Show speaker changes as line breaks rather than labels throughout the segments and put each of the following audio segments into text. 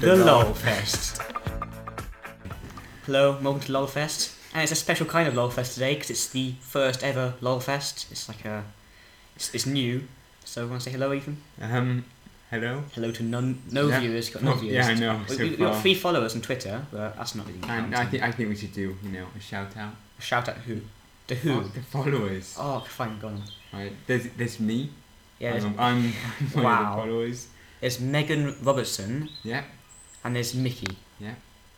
the LOLfest. Hello, welcome to LOLfest. And it's a special kind of LOLfest today because it's the first ever LOLfest. It's like a. It's, it's new. So, want to say hello, Ethan?
Um, hello.
Hello to none, no
Yeah.
viewers. Got no
Well,
viewers.
yeah, I know,
We,
so
we- we got
far.
three followers on Twitter, but that's not really.
And
counting.
I think I think we should do you know a shout out.
Shout out who? To who?
Fuck the followers.
Oh, fine, gone.
Right. There's there's me.
Yeah, there's,
Um, I'm one
Wow.
of the followers.
there's Megan Robertson
Yeah.
and there's Mickey.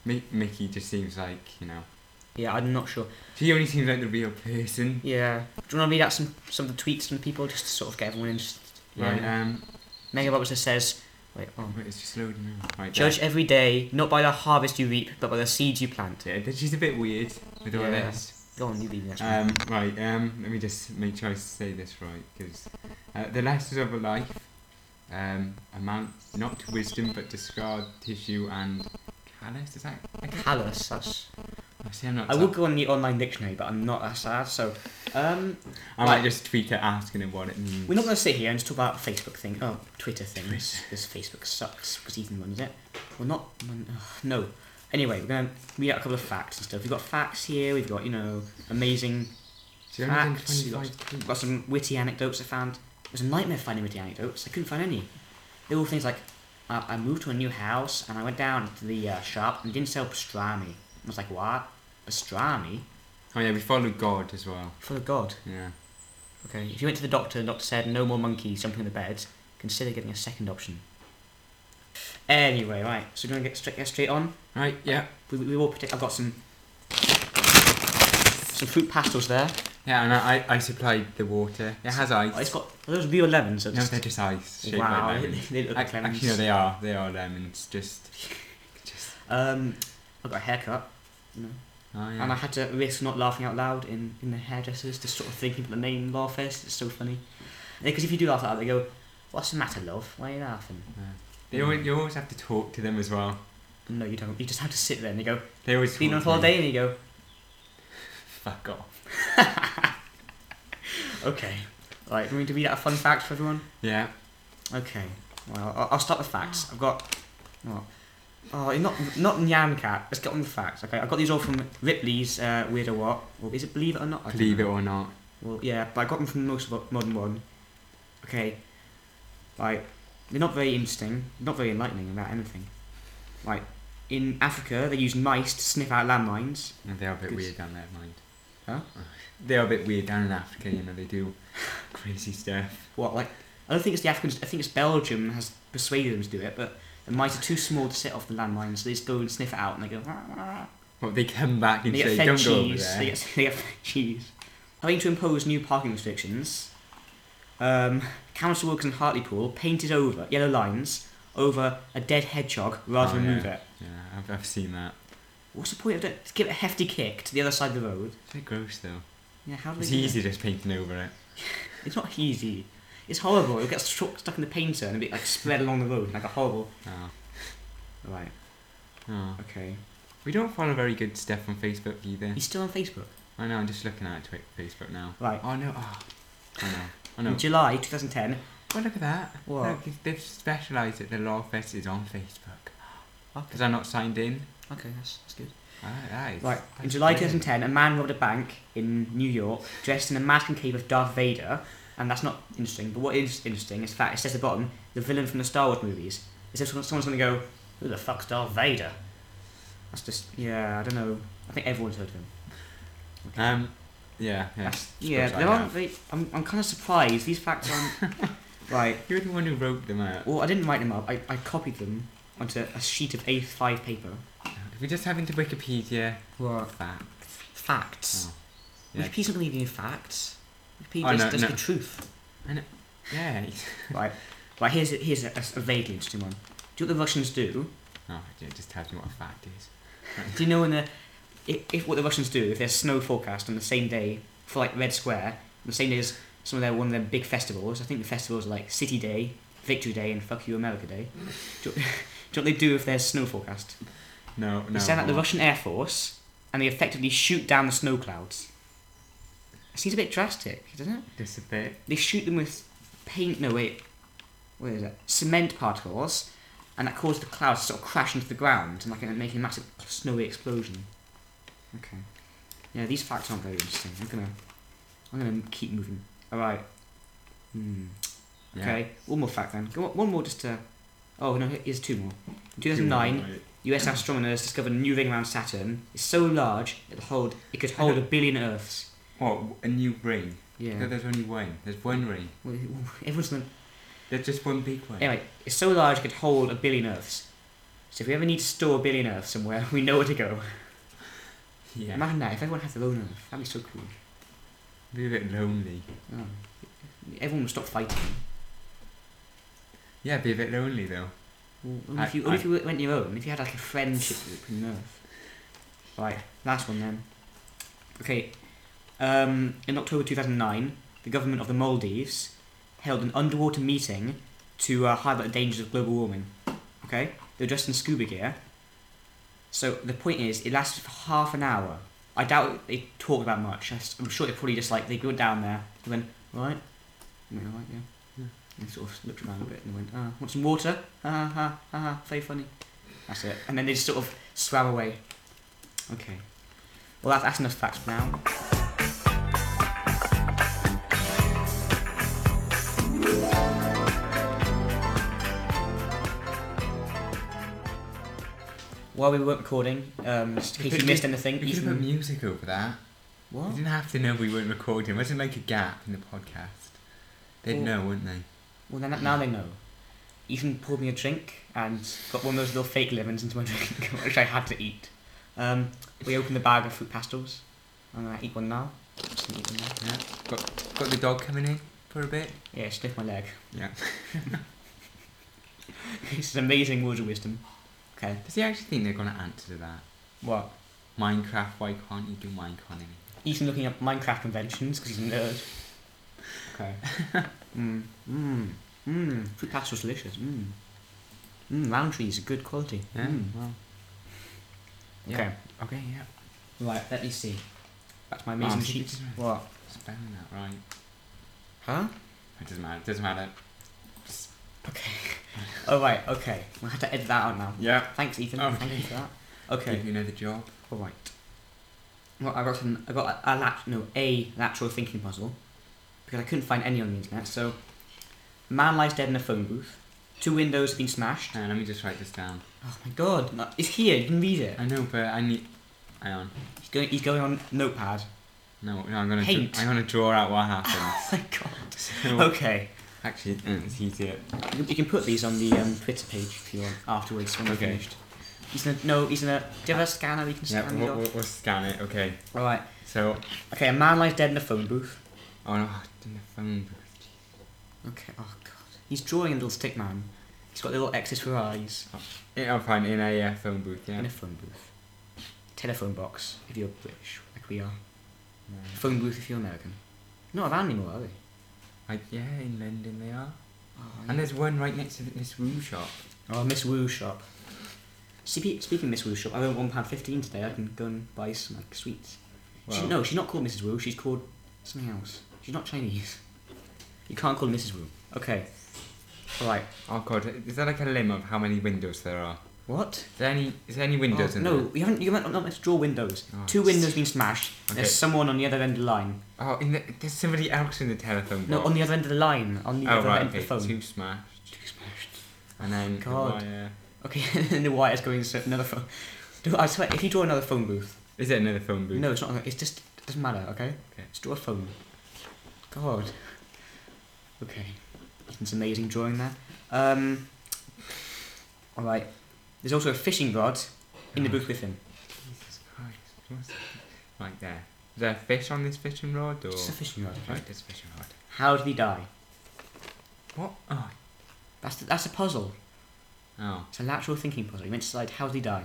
Mi- Mickey just seems like you know.
Yeah, I'm not sure.
She only seems like the real person.
Yeah. Do you want to read out some, some of the tweets from the people just to sort of get everyone interested? Yeah.
Right. Um.
Megan Robertson says, wait, oh.
Wait, it's just loading now. Right.
Judge every day, not by the harvest you reap, but by the seeds you plant.
there. Yeah, she's a bit weird with all
Yeah.
this.
Go on, you read the next one.
Um, right, um, let me just make sure I say this right, because uh, the lessons of a life um, amount not to wisdom but to scar tissue and callous. Is that?
Callous, that's...
I see. I'm not.
I would go on the online dictionary, but I'm not that sad, so... Um,
I might just tweet it asking him what it means.
we're not going to sit here and just talk about Facebook thing. Oh, Twitter things. Because Facebook sucks, because Ethan runs it. Well, not... run- ugh, No. Anyway, we're going to read out a couple of facts and stuff. We've got facts here, we've got, you know, amazing...
She's only done
Facts.
25
We've
tweets.
got some witty anecdotes I found. It was a nightmare finding witty anecdotes. I couldn't find any. They were all things like, I, I moved to a new house and I went down to the uh, shop and didn't sell pastrami. I was like, what? Pastrami?
Oh yeah, we followed God as well.
For the god.
Yeah.
Okay. If you went to the doctor and the doctor said no more monkeys jumping on the bed, consider getting a second option. Anyway, right. So do you want to get straight, get straight on?
Right. Yeah.
We, we will protect. I've got some some fruit pastels there.
Yeah, and I, I, I supplied the water. It has
Oh, it's
ice.
got are those real lemons.
No, they're just ice shaped
wow.
like lemons.
they look like
Ac-
lemons.
Actually, no, they are. They are lemons. Just. just
Um, I got a haircut, you know,
oh, yeah.
and I had to risk not laughing out loud in, in the hairdressers, just sort of thinking about the name Lawfest. It's so funny. Because if you do laugh out loud, they go, "What's the matter, love? Why are you laughing?"
Yeah. They always, you always have to talk to them as well.
No, you don't. You just have to sit there, and they go,
They always
"Been
talk
on
to me.
holiday," and you go,
Fuck off.
"Okay." Right, we need to read out a fun fact for everyone.
Yeah.
Okay. Well, I'll, I'll start with facts. I've got. What? Oh, you're not not Nyan Cat. Let's get on with facts. Okay, I've got these all from Ripley's uh, Weirdo What. Or is it Believe It or Not? I don't
Believe
know.
it or not.
Well, yeah, but I got them from most of modern one. Okay, like they're not very interesting, not very enlightening about anything. Like in Africa, they use mice to sniff out landmines.
They are a bit
Good.
weird down there, mind.
Huh?
They are a bit weird down in Africa, you know, they do crazy stuff.
What like? I don't think it's the Africans. I think it's Belgium has persuaded them to do it, but the mice are too small to set off the landmines, so they just go and sniff it out, and they go. "Wah, wah, wah."
But they come back and
They get
say,
fed
don't go over
cheese.
there.
they, get, they get fed cheese. Having to impose new parking restrictions, um, council workers in Hartlepool painted over yellow lines over a dead hedgehog rather
Oh,
than
yeah.
move it.
Yeah, I've, I've seen that.
What's the point of that? Give it a hefty kick to the other side of the road.
It's a bit gross, though.
Yeah, how do
It's
they do that?
easy just painting over it.
It's not easy. It's horrible. It gets stuck stuck in the painter and it like spread along the road like a horrible.
Oh.
Right.
Oh.
Okay.
We don't follow very good stuff on Facebook either.
He's still on Facebook.
I know, I'm just looking at Twi- Facebook now.
Right.
Oh, no. Oh, I know. I know.
In July 2010.
Well, look at that.
What?
Look, they've- they've specialised that the Law Fest is on Facebook.
Okay.
Because I'm not signed in.
Okay, that's, that's good.
Ah, that is,
Right, in
that's
July
brilliant.
2010, a man robbed a bank in New York dressed in a mask and cape of Darth Vader, and that's not interesting, but what is interesting is the fact it says at the bottom, the villain from the Star Wars movies. It's as if someone- someone's going to go, who the fuck's Darth Vader? That's just, yeah, I don't know. I think everyone's heard of him.
Um, yeah, yeah.
That's- yeah,
suppose I
there aren't
have.
very, I'm, I'm kind of surprised. These facts aren't. right,
You're the one who wrote them out.
well, I didn't write them up, I, I copied them onto a sheet of A5 paper.
If we just have into Wikipedia,
What?
fact.
Facts.
Oh. Yeah.
Wikipedia's not going to give you facts. Wikipedia's
Oh, no,
just
no.
the truth.
Yeah.
Right. Right, here's a, here's a, a vaguely interesting one. Do you know what the Russians do?
No, yeah, Oh, just tell me what a fact is.
Do you know when the if, if what the Russians do if there's snow forecast on the same day for like Red Square, the same day as some of their one of their big festivals. I think the festivals are like City Day, Victory Day, and Fuck You America Day. Do, you- do you know what they do if there's snow forecast?
No, no.
they send out the
what?
Russian Air Force and they effectively shoot down the snow clouds. It seems a bit drastic, doesn't it?
Just a bit.
they shoot them with paint. No wait, what is it? Cement particles, and that caused the clouds to sort of crash into the ground and like and making a massive snowy explosion. Okay. Yeah, these facts aren't very interesting. I'm gonna, I'm gonna keep moving. All right. Hmm.
Yeah.
Okay. One more fact then. Go on, one more just to. Oh no, here's two more. In
Two
2009,
more, right.
U.S. astronomers discovered a new ring around Saturn. It's so large it hold it could hold a billion Earths.
What? A new ring? No,
Yeah.
there's only one. There's one ring.
Well, Everyone's gonna
There's just one big one.
Anyway, it's so large it could hold a billion Earths. So if we ever need to store a billion Earths somewhere, we know where to go.
Yeah.
Imagine that, if everyone had their own Earth, that'd be so cool.
Be a bit lonely.
Oh. Everyone would stop fighting.
Yeah, be a bit lonely though.
Well, only, if
I-
you, only
I-
if you went your own, if you had like a friendship group in Earth. Right, last one then. Okay, um, in October 2009, the government of the Maldives held an underwater meeting to uh, highlight the dangers of global warming. Okay? They were dressed in scuba gear. So the point is, it lasted for half an hour. I doubt they talked about much. I s- I'm sure they probably just like, they went down there, they went, right? And they were like, yeah.
Yeah.
And sort of looked around a bit and went, ah, want some water? Ha ha ha ha, ha, very funny. That's it. And then they just sort of swam away. Okay. Well, that's, that's enough facts for now. While we weren't recording, um, just in case you missed anything,
We could have put
Ethan.
music over that.
What?
You didn't have to know we weren't recording. Wasn't like a gap in the podcast. They'd
Well-
know, wouldn't they?
Well, then now they know. Ethan poured me a drink and got one of those little fake lemons into my drink, which I had to eat. Um, we opened the bag of fruit pastels. I'm gonna eat one now. Just gonna eat one now.
Yeah. Got got the dog coming in for a bit.
Yeah, sniff my leg.
Yeah.
this is amazing words of wisdom. Okay.
Does he actually think they're gonna answer to that?
What?
Minecraft. Why can't you do Minecraft anymore?
Ethan looking up Minecraft conventions because he's a nerd. Okay. Mmm. Mmm. Mmm. Fruit pastels delicious. Mmm. Mmm. Round trees are good quality.
Yeah.
Mm.
Well. Yeah.
Okay.
Okay. Yeah.
Right. Let me see. That's my
Oh,
amazing
so you
sheet.
didn't-
What?
Spelling that right.
Huh?
It doesn't matter. It doesn't matter.
Oh right, okay. We'll have to edit that out now.
Yeah.
Thanks, Ethan.
Okay.
Thank you for that.
Okay.
Okay.
Give you another job.
All right. Well, I got an, I got a, a lat no a lateral thinking puzzle because I couldn't find any on the internet. So, man lies dead in a phone booth. Two windows have been smashed.
Hang on, let me just write this down.
Oh my god! no- It's here. You can read it.
I know, but I need. Hang on.
He's going. He's going on notepad.
No, no, I'm gonna. dr-
Paint.
I'm gonna draw out what happens.
Oh my god.
so,
Okay.
Actually, mm, it's easier.
You can, you can put these on the um, Twitter page if you want afterwards when we're
Okay.
finished. He's gonna no. He's gonna. Do you have a scanner? We can
Yeah,
scan.
we'll,
it
we'll, we'll scan it. Okay.
All right.
So,
Okay. A man lies dead in a phone booth.
oh no, it's in the phone booth.
Okay. Oh god. He's drawing a little stick man. He's got little X's for eyes
Yeah, I'll find it in a uh, phone booth. Yeah.
in a phone booth. Telephone box if you're British, like we are.
Yeah.
Phone booth if you're American. Not around anymore, are they?
I, yeah, in London they are.
Oh,
And there's one right next to this Woo shop.
oh Miss Woo shop. Spe- Speaking of Miss Woo shop, I owe one pound fifteen today. I can go and buy some like sweets. She,
Well-
no, she's not called Mrs. Woo. She's called something else. She's not Chinese. You can't call her Mrs. Woo. Okay. All right.
Oh god, is that like a limb of how many windows there are?
What?
Is there any? Is there any windows
Oh,
in
no,
there?
you haven't. You haven't. Not let's draw windows.
Oh,
Two windows being smashed.
Okay.
There's someone on the other end of the line.
Oh, in the, there's somebody else in the telephone
No,
box.
on the other end of the line. On the
oh
other
right,
end
okay.
of the phone.
Two smashed,
Two smashed.
and then the
God.
wire-
Okay, and the wire's going to another phone. Do I swear, if you draw another phone booth.
Is it another phone booth?
No, it's not. It's just it doesn't matter. Okay.
Okay.
Just draw a phone. God. Okay. It's amazing drawing there. Um. All right. There's also a fishing rod in the
Oh,
booth with him.
Jesus Christ! What's right there? Is there a fish on this fishing rod or?
Just a fishing rod. Okay.
Right, there's a fishing rod.
How did he die?
What? Oh,
That's the, that's a puzzle.
oh.
It's a lateral thinking puzzle. You meant to decide how did he die.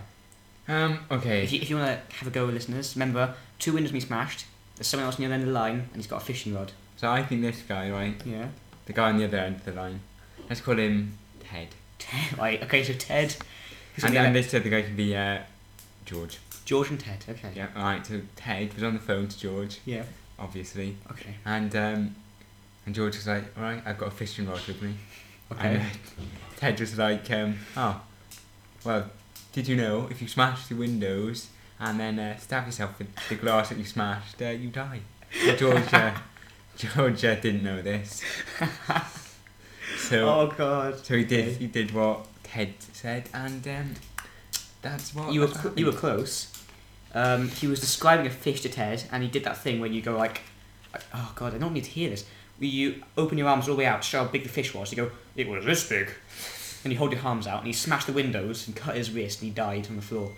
Um. Okay.
If you, if you want to have a go, listeners, remember two windows been smashed. There's someone else on the other end of the line, and he's got a fishing rod.
So I think this guy, right?
Yeah.
The guy on the other end of the line. Let's call him Ted.
Ted. Right. Okay. So Ted. who's on
And
the
then
other-
this other guy can be uh, George.
George and Ted. Okay.
Yeah. All right. So Ted was on the phone to George,
Yeah.
obviously,
Okay.
and um, and George was like, "All right, I've got a fishing rod with me."
Okay.
And uh, Ted was like, um, "Oh, Well, did you know if you smash the windows and then uh, stab yourself with the glass that you smashed, uh, you die? But George, uh, George uh, didn't know this. so,
oh god.
so he did. He did what Ted said, and um, that's what
You were
that's
cl- you were close. Um, he was describing a fish to Ted, and he did that thing when you go like, like, "Oh God, I don't need to hear this." Where You open your arms all the way out to show how big the fish was. You go, "It was this big," and you hold your arms out, and he smashed the windows and cut his wrist, and he died on the floor.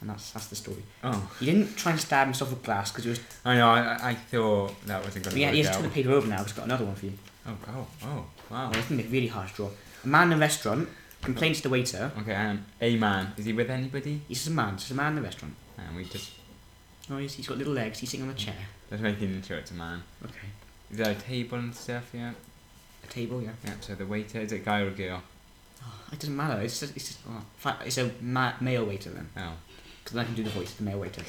And that's that's the story.
Oh,
He didn't try and stab himself with glass because he was.
I know. I, I- I thought that wasn't going to
Yeah,
work
he has
out.
to turn the paper over now. 'cause I've got another one for you.
Oh, oh, oh, wow.
Oh, it's gonna be really hard to draw. A man in a restaurant complains to the waiter.
Okay, um, a man. Is he with anybody?
He's just a man. Just a man in a restaurant.
And we just
Oh, he's, he's got little legs. He's sitting on a chair.
let's make him into it's a man.
Okay.
Is there a table and stuff? Yeah.
A table, yeah.
Yep. So the waiter is it guy or girl?
Oh, it doesn't matter. It's just, it's just oh, fa- it's a ma- male waiter then,
Oh,
because I can do the voice of the male waiter.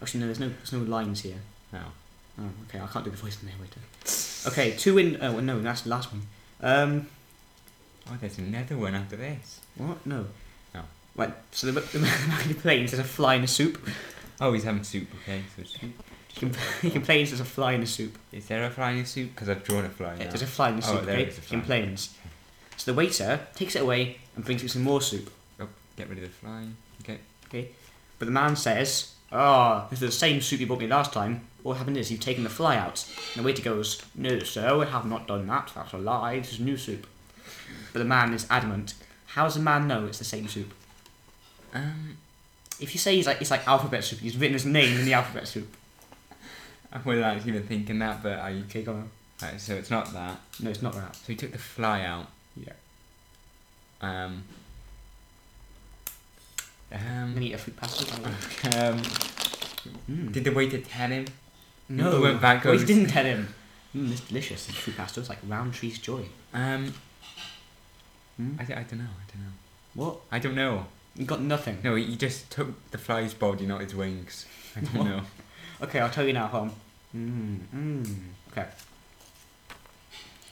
Actually, no, there's no there's no lines here.
no.
Oh, okay, I can't do the voice of the male waiter. Okay, two in. Oh well, no, that's the last one. Um,
Oh, there's another one after this.
what? No.
No.
Right. So the the man complains there's a fly in the soup.
Oh, he's having soup. Okay, so soup.
He com- he complains there's a fly in the soup.
Is there a fly in your soup? Because I've drawn a fly.
Yeah,
now.
there's a fly in the
Oh,
soup.
there
okay?
is a
He
fly.
complains. So the waiter takes it away and brings him some more soup.
Get rid of the fly.
But the man says, Ah, this is the same soup you bought me last time. What happened is you've taken the fly out. And the waiter goes, No, sir, we have not done that. That's a lie. This is new soup. But the man is adamant. How does the man know it's the same soup?
Um.
If you say he's like, it's like alphabet soup, he's written his name in the alphabet soup.
I wasn't actually even thinking that, but I.
Okay, go on.
Right, so it's not that.
No, it's not that.
So he took the fly out.
Yeah.
Um.
I'm going
Um.
to eat a fruit pasta. by the way.
um
Mm.
did the waiter tell him?
no,
He went back
well, he
goes-
didn't tell him. Mm, it's delicious. This fruit pasta It's like round tree's joy.
Um.
Mm.
I, d- I don't know. I don't know.
What?
I don't know.
You got nothing.
No, he just took the fly's body, not its wings. I don't
What?
know.
Okay, I'll tell you now, Home. Mm, mm. Okay.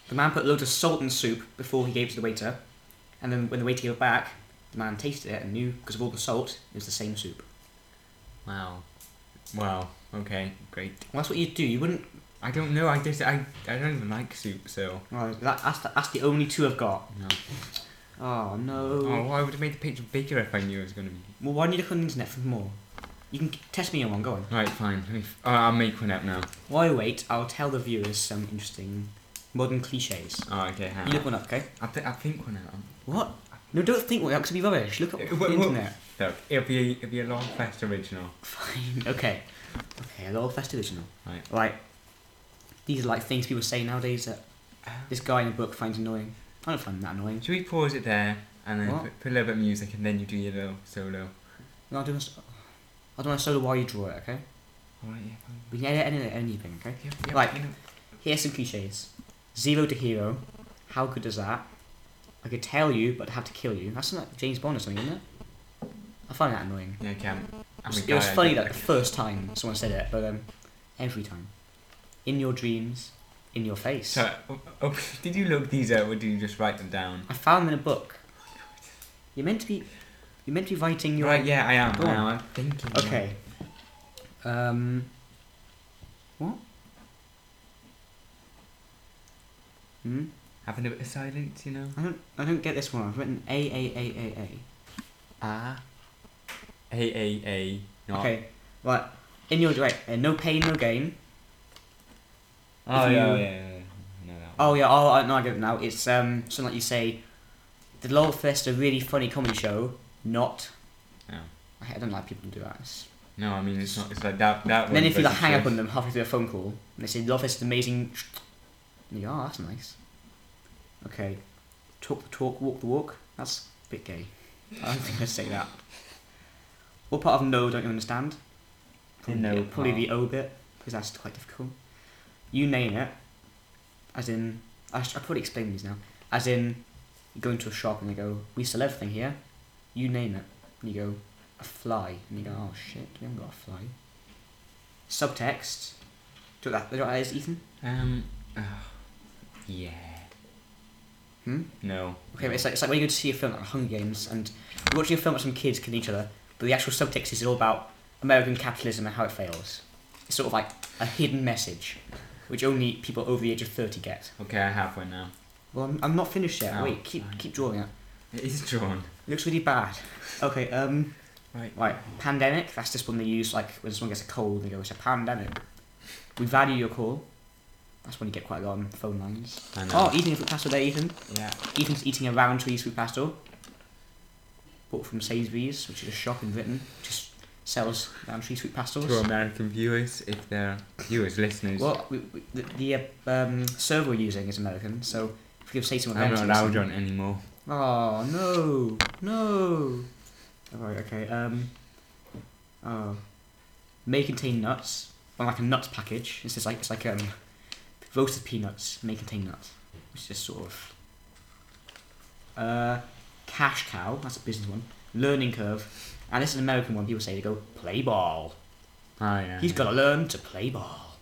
The man put loads of salt in the soup before he gave it to the waiter, and then when the waiter gave it back, the man tasted it and knew because of all the salt, it was the same soup.
Wow. Wow. Okay. Great.
Well, that's what you'd do. You wouldn't.
I don't know. I just I, I don't even like soup, so
Well, that, that's, the, that's the only two I've got.
no.
Oh no.
Oh, I would have made the picture bigger if I knew it was gonna be.
Well, why don't you look on the internet for more? You can test me on one. Go on.
Right, fine. Let me. F- oh, I'll make one up now.
While I wait, I'll tell the viewers some interesting modern cliches.
Oh, okay. Hang
You
on.
look one up, okay?
I think I think one out.
What? No, don't think one up because it'll be rubbish. Look up
Uh,
on
what-
the
what-
internet.
Look, it'll be it'll be a long fest original.
Fine. Okay. Okay, a little festivitional.
Right.
Right. These are like things people say nowadays that
Oh.
this guy in a book finds annoying. I don't find that annoying.
Should we pause it there and then
What?
put, put a little bit of music and then you do your little solo?
No, I'll do a, s- I'll do a solo while you draw it, okay?
Alright, yeah. fine.
We can edit any, anything, okay?
Yep, yep,
Right.
you know.
Here's some cliches. Zero to hero. How good is that? I could tell you, but have to kill you. That's like James Bond or something, isn't it? I find that annoying.
Yeah, Cam. I'm
It
a
was
guy, I
funny
don't
that the first time someone said it, but um, every time. In your dreams, in your face.
So, oh, oh, did you look these up or did you just write them down?
I found them in a book. You're meant to be. You're meant to be writing your.
right, yeah, I am.
Go
I
on.
am. I'm thinking. yeah.
Okay. Um. What? Hmm.
Having a bit of silence, you know.
I don't. I don't get this one. I've written A A A A A.
Ah. A A A. Not.
Okay. Right. In your right. Uh, no pain, no gain.
Oh
If
yeah,
you-
yeah, yeah, yeah. I know that.
Oh
one.
yeah. Oh, I, no, I get it now. It's um something like you say. The Lol Fest, a really funny comedy show. Not.
No.
I I don't like people who do that. It's
No, I mean it's not. It's like that. That.
And
one
then if you like,
versus
hang up
this.
on them halfway through a phone call and they say, Love is amazing. And you go, oh, that's nice. Okay. Talk the talk, walk the walk. That's a bit gay. I don't think I'd say that. What part of no don't you understand?
The no
Probably the O bit, because that's quite difficult. You name it. As in, I, sh- I probably explain these now. As in, you go into a shop and they go, we sell everything here. You name it. And you go, a fly. And you go, oh shit, we haven't got a fly. Subtext. Do you know what that, do you know what that is, Ethan?
Um. Oh, yeah.
Hmm?
No.
Okay, but it's like, it's like when you go to see a film like Hunger Games and you're watching a film with some kids killing each other, but the actual subtext is all about American capitalism and how it fails. It's sort of like a hidden message, which only people over the age of 30 get.
Okay, I have one now.
Well, I'm, I'm not finished yet.
Oh.
Wait, keep, keep drawing it.
It is drawn.
It looks really bad. Okay, um,
Right.
right. Pandemic, that's just when they use, like, when someone gets a cold and they go, it's a pandemic. We value your call. That's when you get quite a lot on phone lines.
I know.
Oh, eating a fruit pastel there, Ethan.
yeah.
Ethan's eating a round cheese fruit pastel. Bought from Sainsbury's, which is a shop in Britain, just sells round cheese fruit pastels.
To American viewers, if they're viewers, listeners.
Well, we, we, the, the uh, um, server we're using is American, so if we could say someone
I'm not
American,
allowed
listen-
on anymore.
Oh no, no. Alright, okay. Um. Oh. May contain nuts, or like a nuts package. It's just like it's like um, roasted peanuts may contain nuts. It's just sort of. Uh, cash cow. That's a business one. Learning curve, and this is an American one. People say they go play ball.
Oh yeah.
He's got to learn to play ball.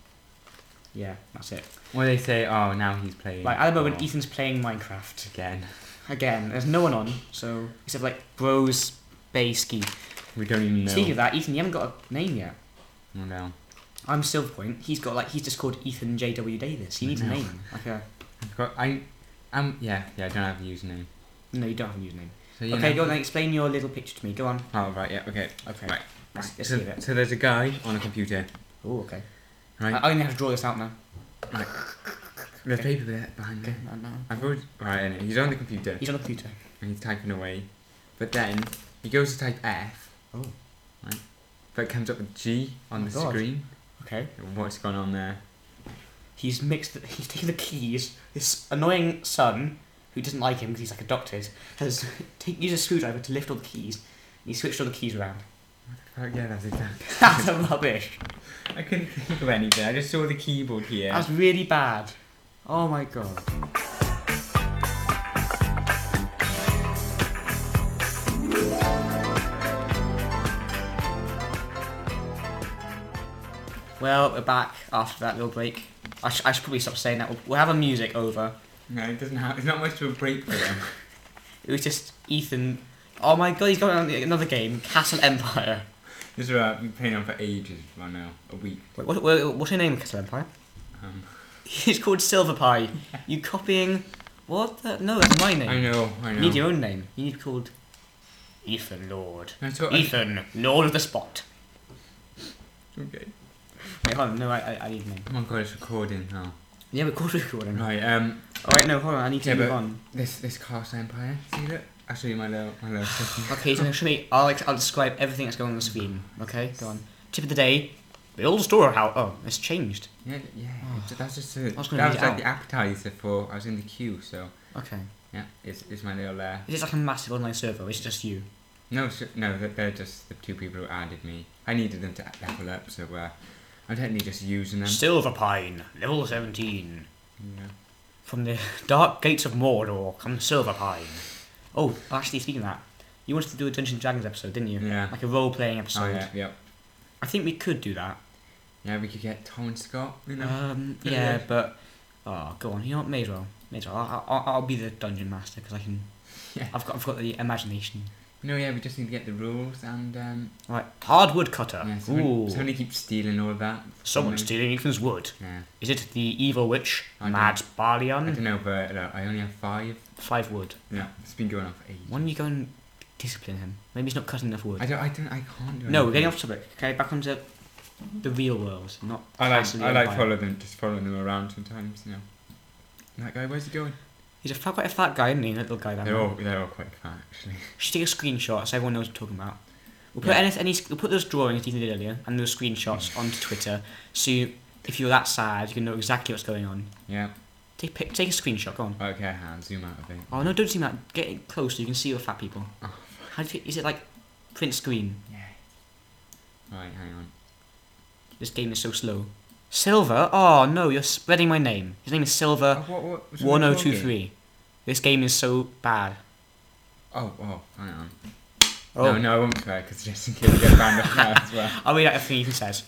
Yeah, that's it.
Well, they say, oh, now he's playing.
Like at the moment,
Oh,
Ethan's playing Minecraft.
again.
Again, there's no one on, so except like Bros Bay Ski.
We don't even know.
Speaking of that, Ethan, you haven't got a name yet.
Oh, no.
I'm Silverpoint. He's got like he's just called Ethan J W Davis. He needs a
No.
name. Like a
I've got. I. Um. Yeah. Yeah. I don't have a username.
no, you don't have a username.
So you
okay,
know.
go on. Then explain your little picture to me. Go on.
Oh right. Yeah. Okay.
Okay.
Right.
Let's,
Right,
let's
so,
leave it.
so there's a guy on a computer.
Oh, okay.
Right.
I, I only have to draw this out now.
there's
Uh, okay.
paper there behind
Okay,
me.
I know.
Mm-hmm. I've already. Right. Anyway, he's on the computer
He's on the computer.
and he's typing away, but then he goes to type F.
Oh.
Right. But it comes up with G on
Oh my
the
God.
screen.
Okay.
What's going on there?
He's mixed. The, he's taken the keys. His annoying son, who doesn't like him because he's like adopted, has take, used a screwdriver to lift all the keys. And he switched all the keys around.
Oh, yeah, that's exactly.
That's rubbish.
I couldn't think of anything. I just saw the keyboard here.
That's really bad. Oh my god. Well, we're back after that little break. I, sh- I should probably stop saying that. We'll, we'll have a music over.
No, it doesn't have. It's not much of a break for them.
It was just Ethan. Oh my god, he's got another- another game, Castle Empire.
this is what I've been playing on for ages right now, a week.
Wait, what, what, what's your name, Castle Empire?
Um,
It's called Silver Pie. You copying? What? The? No, that's my name.
I know, I
You
know.
need your own name. You need called Ethan Lord.
That's what I-
Ethan, Lord of the Spot.
okay.
Wait, hold on. No, I, I, I need a name.
Oh my god, it's recording now.
Yeah, but course recording.
Right. Um.
All right, no, hold on. I need to
Yeah,
move
but-
on.
This this Castle Empire. See that? I'll show you my little my little. system.
Okay, so actually, I'll ex- I'll describe everything that's going on the screen. Okay, go on. Tip of the day. The old storehouse. Oh, it's changed.
Yeah, yeah.
Oh.
so that's just a,
was gonna read
that was
it
like
out.
the appetizer for. I was in the queue, so
Okay.
yeah. It's it's my little. Uh,
Is it like a massive online server? Or is it just you?
no, so, no. that- They're just the two people who added me. I needed them to level up, so uh, I'm technically just using them.
Silver Pine, level seventeen.
Yeah.
From the dark gates of Mordor, come Silver Pine. Oh, actually, speaking of that, you wanted to do a Dungeons and Dragons episode, didn't you?
Yeah.
Like a role-playing episode.
Oh yeah. Yep.
I think we could do that.
Yeah, we could get Tom and Scott. You know.
Um,
Yeah,
yeah,
yeah.
but oh, go on. You know what? May as well. May as well. I'll, I'll, I'll be the dungeon master because I can.
Yeah.
I've got I've got the imagination.
No, yeah, we just need to get the rules and um,
Right, hardwood cutter.
yeah,
Uh, Ooh,
someone, somebody keeps stealing all of that.
someone's
Someone-
stealing Ethan's wood.
Yeah,
Is it the evil witch,
I
Mad
I
Barlion?
don't know, but uh, I only have five.
Five wood.
No, it's been going on for ages.
Why don't you go and discipline him? Maybe he's not cutting enough wood.
I don't, I don't, I can't do.
no, we're
anything.
getting off topic. Okay, back onto the real world, not.
I like,
Castle
I like
Empire.
follow them, just following them around sometimes. You know. And that guy, where's he going?
He's a fat, quite a fat guy, isn't he? That little guy down
They're
there.
all, they're all quite fat actually.
Should take a screenshot so everyone knows what I'm talking about. We'll put
Yeah. Mm.
any, any, we'll put those drawings Ethan did earlier and those screenshots onto Twitter, so you, if you're that sad, you can know exactly what's going on.
Yeah.
Take pic, take a screenshot. Go on.
Okay, Han, zoom out a bit.
Oh no, don't zoom out. Get it close so you can see all the fat people.
Oh,
How do you, is it like print screen?
Yeah. Right, hang on.
This game is so slow. Silver. Oh no, you're spreading my name. His name is
Oh,
Silver.
what, what, what's
Uh, One
wrong
oh
with
two
the game?
three. This game is so bad.
Oh, oh, hang on.
Oh,
No, no, I won't swear because just in case we get banned off now as well.
I'll read out everything Ethan says.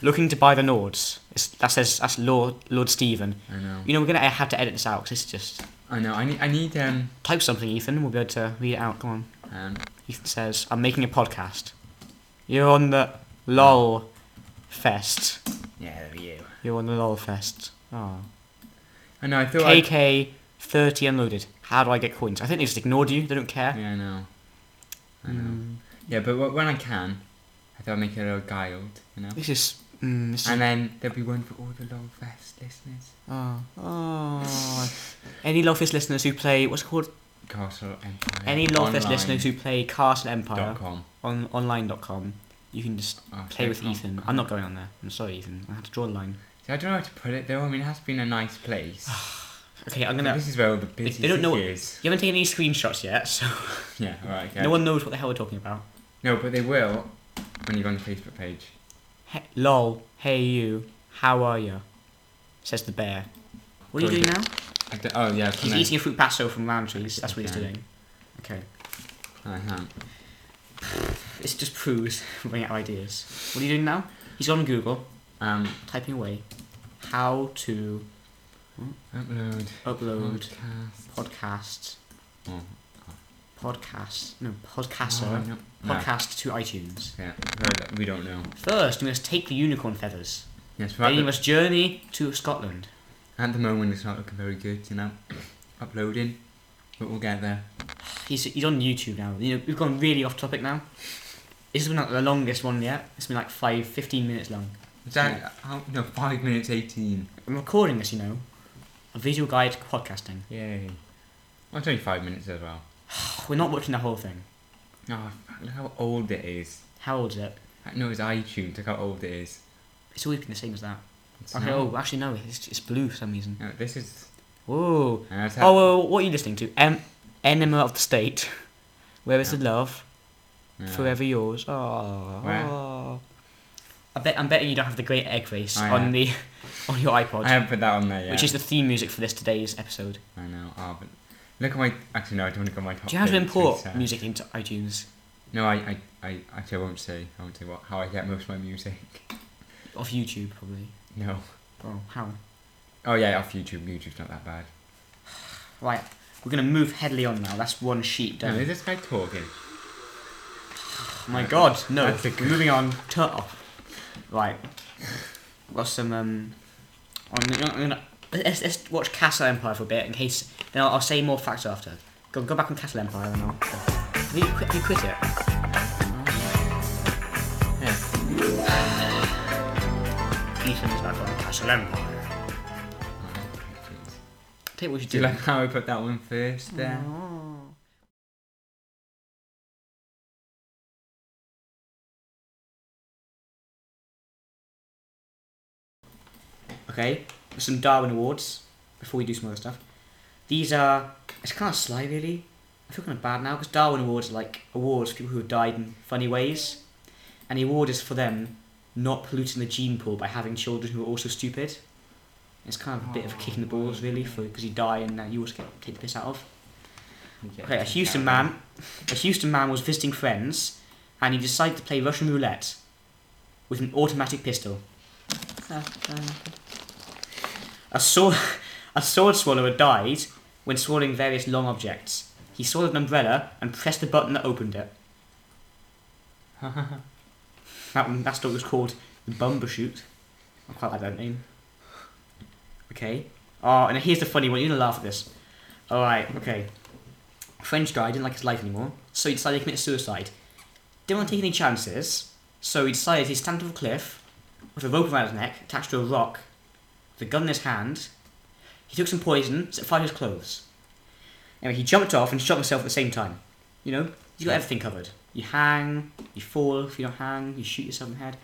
Looking to buy the Nords. It's, that says that's Lord Lord Stephen.
I know.
You know, we're gonna have to edit this out because it's just
I know. I need. I need. Um.
Type something, Ethan. We'll be able to read it out. Come on.
um
Ethan says, I'm making a podcast. You're on the LOL Fest.
yeah, there you.
You're on the LOL Fest. Oh.
I know. I thought. I'd-
KK 30 unloaded. How do I get coins? I think they just ignored you. They don't care.
Yeah, I know. I know.
Mm.
Yeah, but wh- when I can, I thought I'd make it a little guiled, you know.
This is. Mm, this is
And then there'll be one for all the long fest listeners.
oh, oh. Any LOLFest listeners who play. What's it called?
Castle Empire.
Any LOLFest
Online
listeners who play Castle Empire
dot com.
on online.com. You can just
Oh,
play with
dot com.
Ethan. I'm not going on there. I'm sorry, Ethan. I had to draw the line.
See, I don't know how to put it though. I mean, it has been a nice place.
Okay, I'm
But
gonna.
This is where all the busy
they don't know what-
city is.
You haven't taken any screenshots yet, so
Yeah, alright, okay.
no one knows what the hell we're talking about.
No, but they will when you go on the Facebook page.
He- Lol, hey you, how are you? Says the bear. What are you
Good.
doing now?
I d- oh, yeah,
He's eating a fruit passo from Roundtree's. That's what he's
Okay.
doing. Okay.
I am.
This just proves we're running out of ideas. What are you doing now? He's on Google,
Um,
typing away how to
upload.
upload podcast,
Podcast. Oh,
podcast, no,
oh,
podcaster,
no. No.
podcast to iTunes.
Yeah, right, we don't know.
First, we must take the unicorn feathers.
Yes, right.
Then you must journey to Scotland.
At the moment, it's not looking very good, you know. Uploading, but we'll get there.
He's, he's on YouTube now. You know, we've gone really off topic now. This has been like the longest one yet. It's been like five, 15 minutes long.
Is that how, oh, no five minutes eighteen?
I'm recording this, you know. A visual guide to podcasting.
Yay! Well, it's only five minutes as well.
We're not watching the whole thing.
Oh, fuck, look how old it is.
How old is it?
No, it's iTunes. Look how old it is.
It's always been the same as that.
It's
Okay,
not-
oh, actually, no, it's, it's blue for some reason.
No, this is.
Whoa.
and that's
Oh,
how-
well, what are you listening to? Um, Enema of the State. Where is the love?
Yeah.
Forever yours. Oh.
Where?
I bet, I'm betting you don't have the Great Egg Race
I
on
have.
the on your iPod,
I haven't put that on there yet.
which is the theme music for this today's episode.
I know. Oh, but look at my. Actually, no, I don't want to go on my top.
Do you have to
thirty,
import
so-
music into iTunes?
No, I, I, I actually I won't say. I won't say what how I get most of my music.
Off YouTube, probably.
No.
Oh, how?
Oh yeah, off YouTube. YouTube's not that bad.
Right, we're gonna move headley on now. That's one sheet
No,
done.
is this guy talking?
Oh my god, no.
That's a good-
Moving on. Turn off. Right. Got some, um. I'm gonna, I'm gonna, let's, let's watch Castle Empire for a bit in case. Then I'll, I'll say more facts after. Go, go back on Castle Empire and I'll. Have you quit, have you quit it?
Yeah.
Ethan is back on Castle Empire. Take what you
Do
do.
you like how I put that one first there?
Oh. Okay, some Darwin Awards before we do some other stuff. These are. It's kind of sly, really. I feel kind of bad now because Darwin Awards are like awards for people who have died in funny ways. And the award is for them not polluting the gene pool by having children who are also stupid. It's kind of a bit of a kick in the balls, really, because you die and now you also get take the piss out of. Okay, a Houston man, a Houston man was visiting friends, and he decided to play Russian roulette with an automatic pistol. A sword, a sword swallower died when swallowing various long objects. He swallowed an umbrella and pressed the button that opened it. that one, that story was called the Bumber Shoot. I quite like that name. Okay. Oh, and here's the funny one. You're gonna laugh at this. All right. Okay. French guy didn't like his life anymore, so he decided to commit suicide. Didn't want to take any chances, so he decided he'd stand off a cliff with a rope around his neck attached to a rock, with a gun in his hand. He took some poison, set fire to his clothes. Anyway, he jumped off and shot himself at the same time. You know, you got everything covered. You hang, you fall, if you don't hang, you shoot yourself in the head.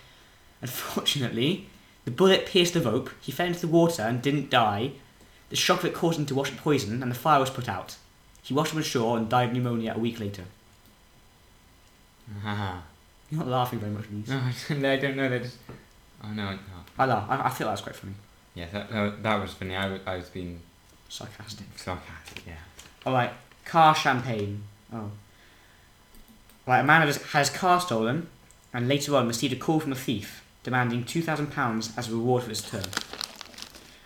Unfortunately, the bullet pierced the rope, he fell into the water and didn't die. The shock of it caused him to wash up poison, and the fire was put out. He washed up on shore and died of pneumonia a week later.
Ah.
You're not laughing very much at these.
No, I don't- I don't know. That. Just... Oh no. I- Oh.
I laugh. I, I feel that was quite funny.
Yeah, that, that, that was funny. I, was- I was being
Sarcastic.
sarcastic. Yeah.
Alright, car champagne. Oh. Right, a man had his, had his car stolen and later on received a call from a thief demanding £2,000 as a reward for his turn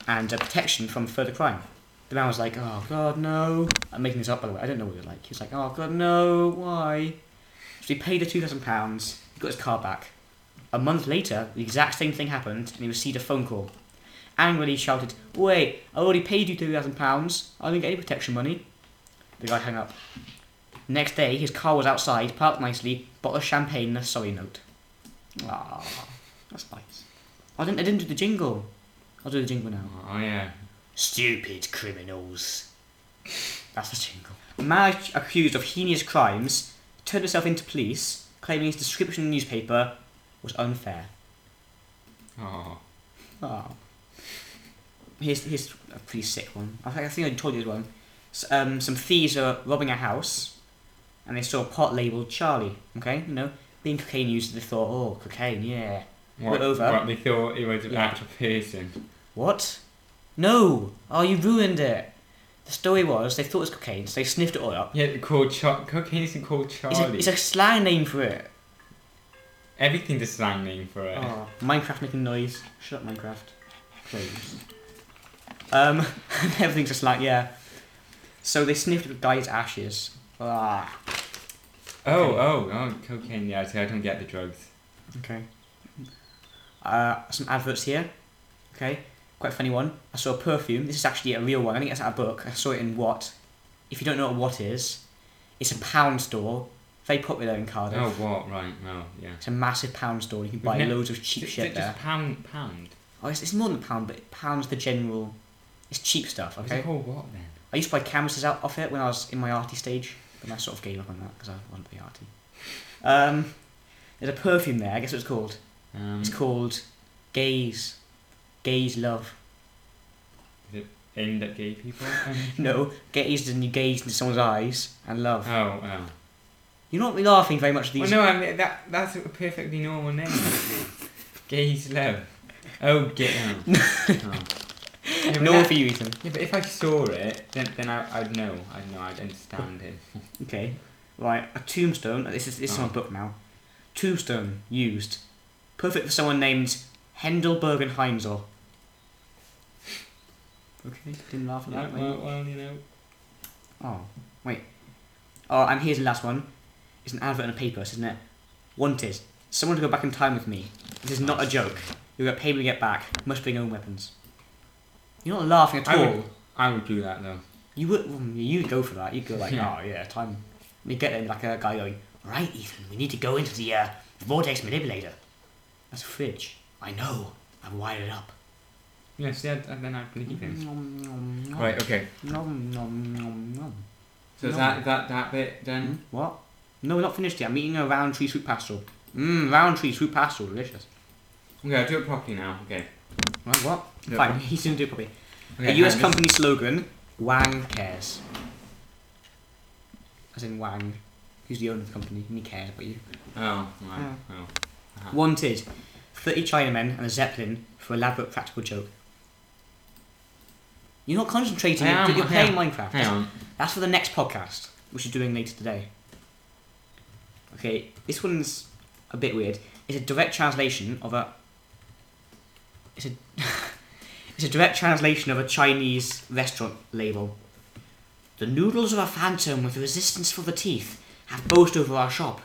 and uh, protection from further crime. The man was like, "Oh God, no!" I'm making this up, by the way. I don't know what he was like. He was like, "Oh God, no! Why?" So he paid the two thousand pounds. He got his car back. A month later, the exact same thing happened, and he received a phone call. Angrily shouted, "Wait! I already paid you two thousand pounds. I didn't get any protection money." The guy hung up. Next day, his car was outside, parked nicely, bottle of champagne, and a sorry note. Ah, that's nice. I didn't. I didn't do the jingle. I'll do the jingle now.
Oh yeah.
Stupid criminals. That's the jingle. A man accused of heinous crimes turned himself into police, claiming his description in the newspaper was unfair.
Oh.
Oh. Here's, here's a pretty sick one. I think I, think I told you this one. S um, some thieves are robbing a house, and they saw a pot labeled Charlie. Okay, you know, being cocaine used, they thought, oh, cocaine, yeah.
What,
over.
what they thought it was an
Yeah.
actual person.
What? No! Oh, you ruined it. The story was they thought it was cocaine, so they sniffed it all up.
Yeah, they called Char- cocaine isn't called
It's a,
Charlie.
it's a er slang name for it.
Everything's a slang name for it.
Oh, Minecraft making noise. Shut up, Minecraft. Please. Um, everything's just like, yeah. So they sniffed the guy's ashes. Ah,
Oh, oh, oh, cocaine. Yeah, so I don't get the drugs.
okay. Uh, some adverts here. Okay, quite a funny one. I saw a perfume. This is actually a real one. I think it's out of a book. I saw it in What. If you don't know what What is, it's a pound store. Very popular in Cardiff.
Oh, what? Right. Oh, yeah.
It's a massive pound store. You can buy
We've ne-
loads of cheap
Is it- is
shit
it
there.
Just pound, pound.
Oh, it's, it's more than a pound, but pound's the general. It's cheap stuff,
Is
okay?
it called what then?
I used to buy canvases out off it when I was in my arty stage, but I sort of gave up on that because I wasn't very arty. Um, there's a perfume there. I guess what it's called.
Um,
It's called Gaze, Gaze Love.
aimed at gay people. um,
No, gaze and you gaze into someone's eyes and
Oh,
love.
oh.
You're not really laughing very much at
Well,
these.
no, I mean, that that's a perfectly normal name. Gay's love. Oh, get out. oh. Yeah, but
no
that-
for you, Ethan.
yeah, but if I saw it, then, then I, I'd know. I'd know. I'd understand it.
Okay, right. A tombstone. This is this is on a
Oh.
book now. Tombstone used, perfect for someone named Hendel Bergenheimsel. Okay, didn't laugh at
Yeah,
that. mate.
well, well, you know.
Oh, wait. Oh, and here's the last one. It's an advert in a paper, isn't it? Wanted. Someone to go back in time with me. This is not a joke. You'll get paid when you get back. Must bring your own weapons. You're not laughing at
I
all.
would, I would do that though.
You would. mm, You'd go for that. You'd go like,
Yeah.
oh yeah, time. You get in like a guy going, right, Ethan. We need to go into the uh, vortex manipulator. That's a fridge. I know. I've wired it up.
Yes, yeah, and then I'd believe him.
Nom, nom, nom.
Right. Hmm? Okay.
Nom, nom, nom, nom.
So is
No.
that that that bit done?
What? No, we're not finished yet. I'm eating a round tree sweet pastel. Mmm, round tree sweet pastel, delicious.
Okay, I'll do it properly now. Okay.
Right, what?
No.
Fine, he's gonna do it properly.
okay
a US
hang on, this-
company slogan, Wang cares. As in Wang, who's the owner of the company, and he cares about you.
Oh, right.
Yeah.
Oh. Uh-huh.
Wanted, 30 Chinamen and a Zeppelin for elaborate practical joke. You're not concentrating,
I am,
you're, you're
I
playing
am.
Minecraft.
Hang on.
That's for the next podcast, which you're doing later today. Okay, this one's a bit weird. It's a direct translation of a. It's a. it's a direct translation of a Chinese restaurant label. The noodles of a phantom with resistance for the teeth have boast over our shop.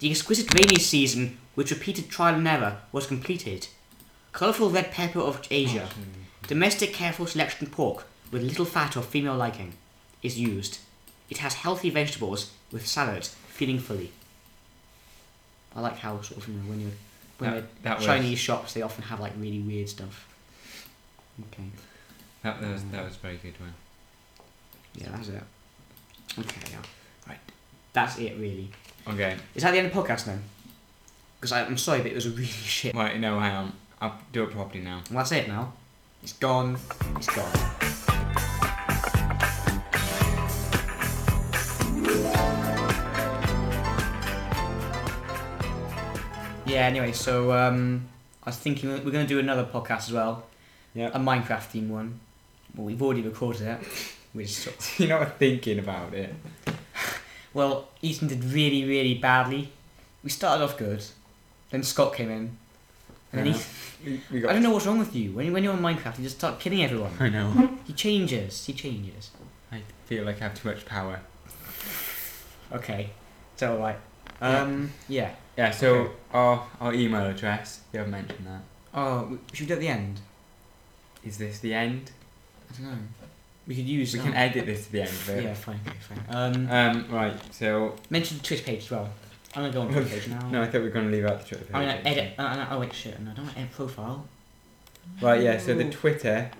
The exquisite rainy season, with repeated trial and error, was completed. Colourful red pepper of Asia. Domestic careful selection pork with little fat or female liking is used. It has healthy vegetables with salad, feeling fully. I like how sort of you know when you're when
That,
you're
that was
Chinese shops they often have like really weird stuff. Okay.
That, that was that was a very good one.
Yeah, that's it. Okay, yeah. Right. That's it really.
Okay.
Is that the end of the podcast then? Because I'm sorry, but it was a really shit.
Right. No, hang on. I'll do it properly now.
Well, that's it now. It's gone. It's gone. Yeah, anyway, so um, I was thinking we're going to do another podcast as well,
Yeah.
a Minecraft themed one. Well, we've already recorded it. We just sort of-
You're not thinking about it.
well, Ethan did really, really badly. We started off good, then Scott came in, And then
Uh, we, we
he,
got
I don't know what's wrong with you. When, when you're on Minecraft, you just start killing everyone.
I know.
He changes. He changes.
I feel like I have too much power.
Okay. So right. Um. Yeah.
Yeah, so
Okay.
our, our email address, you haven't mentioned that.
Oh, we should we do it at the end?
Is this the end?
I don't know. We could use.
We can
oh.
edit this to the end, but...
Yeah. Fine. okay, Fine. Um.
Um, right, so...
mention the Twitch page as well. I'm gonna go on Twitch page now.
No, I thought we were going to leave out the Twitter page.
I'm gonna
actually.
edit. Uh, uh, oh wait, shit. No, I don't want to edit profile.
Right, yeah, so the
No.
Twitter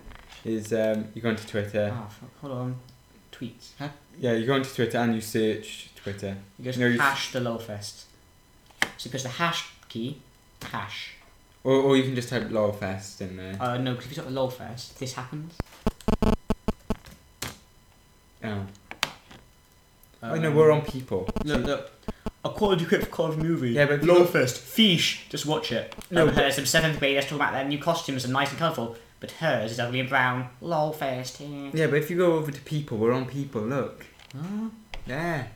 is... Um, you go onto Twitter.
Ah, fuck, hold on. Tweets. Huh?
Yeah, you go onto Twitter and you search Twitter.
You go to
No, you-
hash the lolfest. So you push the hash key, hash.
Or, or you can just type LOLFest in there.
Uh, no, because if you type the lolfest, this happens.
Oh.
Um,
oh, no, we're on people.
Look, look. A Call of Duty Crypt Call of movie.
Yeah, but-
Lolfest. Fish. Just watch it.
No,
No, um, hers some seventh graders talking about their new costumes and nice and colourful, but hers is ugly and brown. Lolfest. eh.
Yeah, but if you go over to people, we're on people, look.
Huh?
There.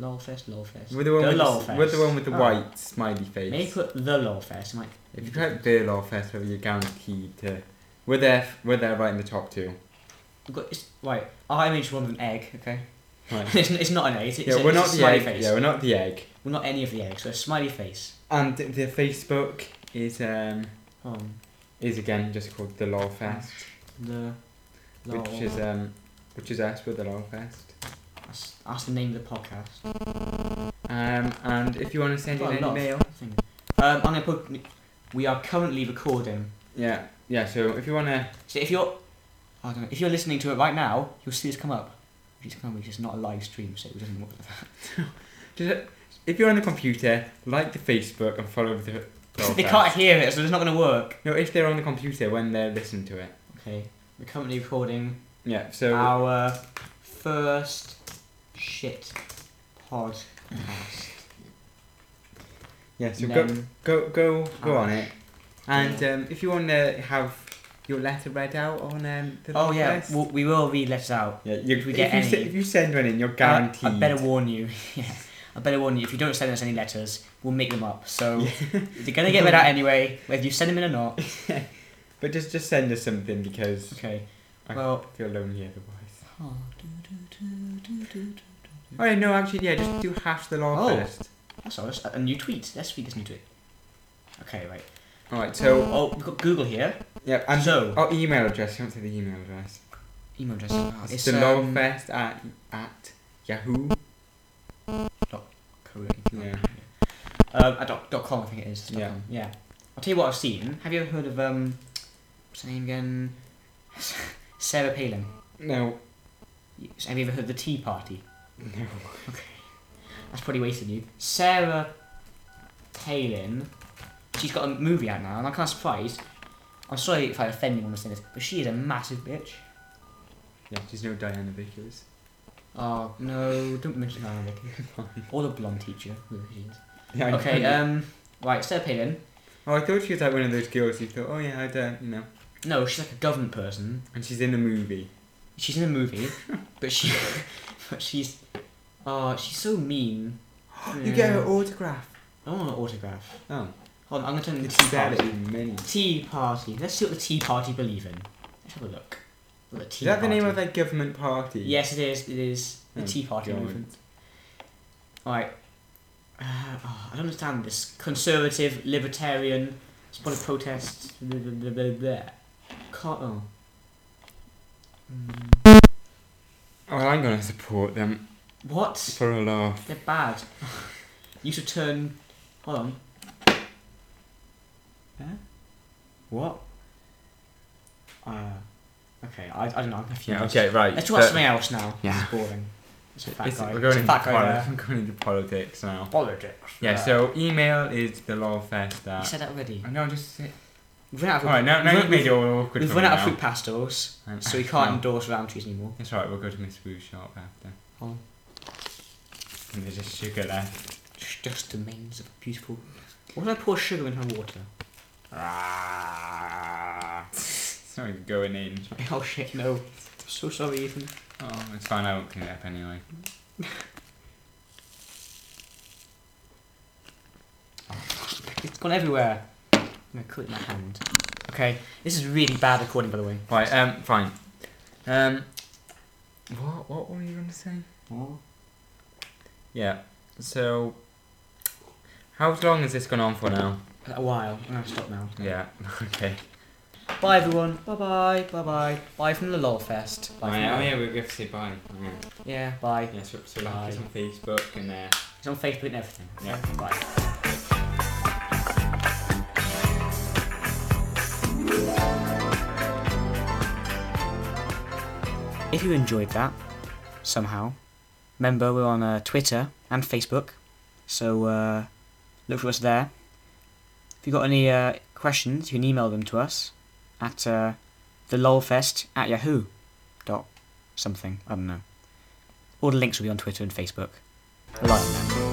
Lolfest, lolfest.
We're the one, with, the,
lolfest.
s- we're the, one with the
Oh.
white smiley face.
Maybe put the lolfest. I'm like,
If you type the LOLFest, over, you're guaranteed to... We're there, we're there right in the top two.
I've got, it's, right, I image one with an egg, okay?
Right.
it's, it's not an egg, it's, it's
yeah,
a,
we're
it's a
not the
smiley
egg.
face.
Yeah, we're not the egg.
Well, not any of the eggs, so a smiley face.
And th- the Facebook is um
Um,
is again just called the Law Fest,
the. Lol.
which is um which is us with the Law Fest.
That's, that's the name of the podcast.
Um, and if you want to send in
Got a
any
lot of
mail,
thing. Um, I'm going to put. We are currently recording.
yeah, yeah. So if you want to,
So if you're. I don't know. If you're listening to it right now, you'll see this come up. If it's come up, it's just not a live stream, so it doesn't work like that.
just if you're on the computer, like the Facebook and follow the. Law
they
Fest.
can't hear it, so it's not going to work.
No, if they're on the computer when they're listening to it.
Okay, we're currently recording
Yeah. So
our first shit podcast.
yeah. So go
Then-
go go go on
Ouch.
it, and um, if you want to have your letter read out on um, the
oh
Law
yeah,
Fest-
we'll, we will read letters out.
Yeah, you,
If we
if,
get
you
any-
se- if you send one in, you're
Uh,
guaranteed.
I better warn you. yeah, I better warn you. If you don't send us any letters, we'll make them up. So they're gonna get read out anyway, whether you send them in or not.
But just just send us something because
Okay.
I-
Well.
I feel lonely otherwise.
Oh, do, do, do, do, do, do.
Oh yeah, no, actually, yeah, just do hash the law
Oh.
first.
That's all. That's a new tweet. Let's read this new tweet. Okay, right.
All right, so
Oh, we've got Google here.
yeah, and
so
our email address. You haven't said the email address.
email address.
It's,
It's,
the
um,
lawfest at at yahoo.
Korea. if you want.
Yeah.
Um, uh, dot, dot com, I think it is. Dot
Yeah.
Com. Yeah. I'll tell you what I've seen. Have you ever heard of um, what's her name again? Sarah Palin.
No,
Yes, Have you ever heard of the Tea Party?
no.
That's probably wasted you. Sarah Palin. She's got a movie out now, and I'm kind of surprised. I'm sorry if I offend anyone saying this, but she is a massive bitch.
Yeah, there's no Diana Vickers.
Oh no! Don't mention that, Nick. or the blonde teacher. who she is.
Yeah, I
Okay.
know.
Um. Right, Sarah Palin.
Oh, I thought she was like one of those girls who thought, oh yeah, I don't, you know.
No, she's like a government person.
And she's in a movie.
She's in a movie, but she, but she's, oh, she's so mean.
You get her
Yeah.
autograph.
I want an autograph.
Oh,
Hold on, I'm gonna turn the
it's
tea
better
party.
in many.
Tea party. Let's see what the tea party believe in. Let's have a look. The
Is
tea
that the name of
Party.
that government party?
Yes, it is. It is the
Oh,
tea party
God.
movement. All right. Uh, oh, I don't understand this conservative libertarian spotted protests. Blah, blah, blah, blah, blah. Can't, oh. Mm.
Oh, I'm gonna support them
What?
for a laugh.
They're bad. you should turn. Hold on. Huh? What? Uh, okay, I, I don't know. I'm confused.
Yeah. Okay. Right.
Let's watch something else now.
Yeah.
It's boring. It's a fat
It's-
guy.
We're going
it's a
into
fat guy.
poli-
there.
we're going into politics now.
Politics.
Yeah.
there.
So email is the lawfest
You
at.
said that already.
Oh, no, just. Say...
We've run out
All
of.
right. Now, now
we've-
you've made it
we've-
all awkward.
We've
for
run
me
out of
now.
fruit pastels,
Um,
so we can't
no.
endorse round trees anymore.
That's right. We'll go to Miss Wu's shop after.
Oh.
And there's just sugar left.
Just the remains of beautiful. What did I pour sugar in her water?
it's not even going in.
Oh shit, no. So sorry, Ethan.
Oh, it's fine. I won't clean it up anyway.
It's gone everywhere. I'm gonna cut it in my hand. Okay, this is really bad recording, by the way.
Right, um, fine.
Um,
What, what were you going to say?
oh,
Yeah, so. How long has this gone on for now?
a while. I'm gonna stop now.
Yeah, okay.
Bye everyone. Bye bye. Bye bye. Bye from the LOL Fest. Bye.
Right,
from
oh,
the-
yeah, we we have to say bye. Yeah,
Yeah. Bye.
yeah so, so like us on Facebook and uh, there.
It's on Facebook and everything.
Yeah.
Bye. If you enjoyed that, somehow, remember we're on uh, Twitter and Facebook, so uh, look for us there. If you've got any uh, questions, you can email them to us at uh, thelolfest at yahoo dot something, I don't know. All the links will be on Twitter and Facebook. Rely on them.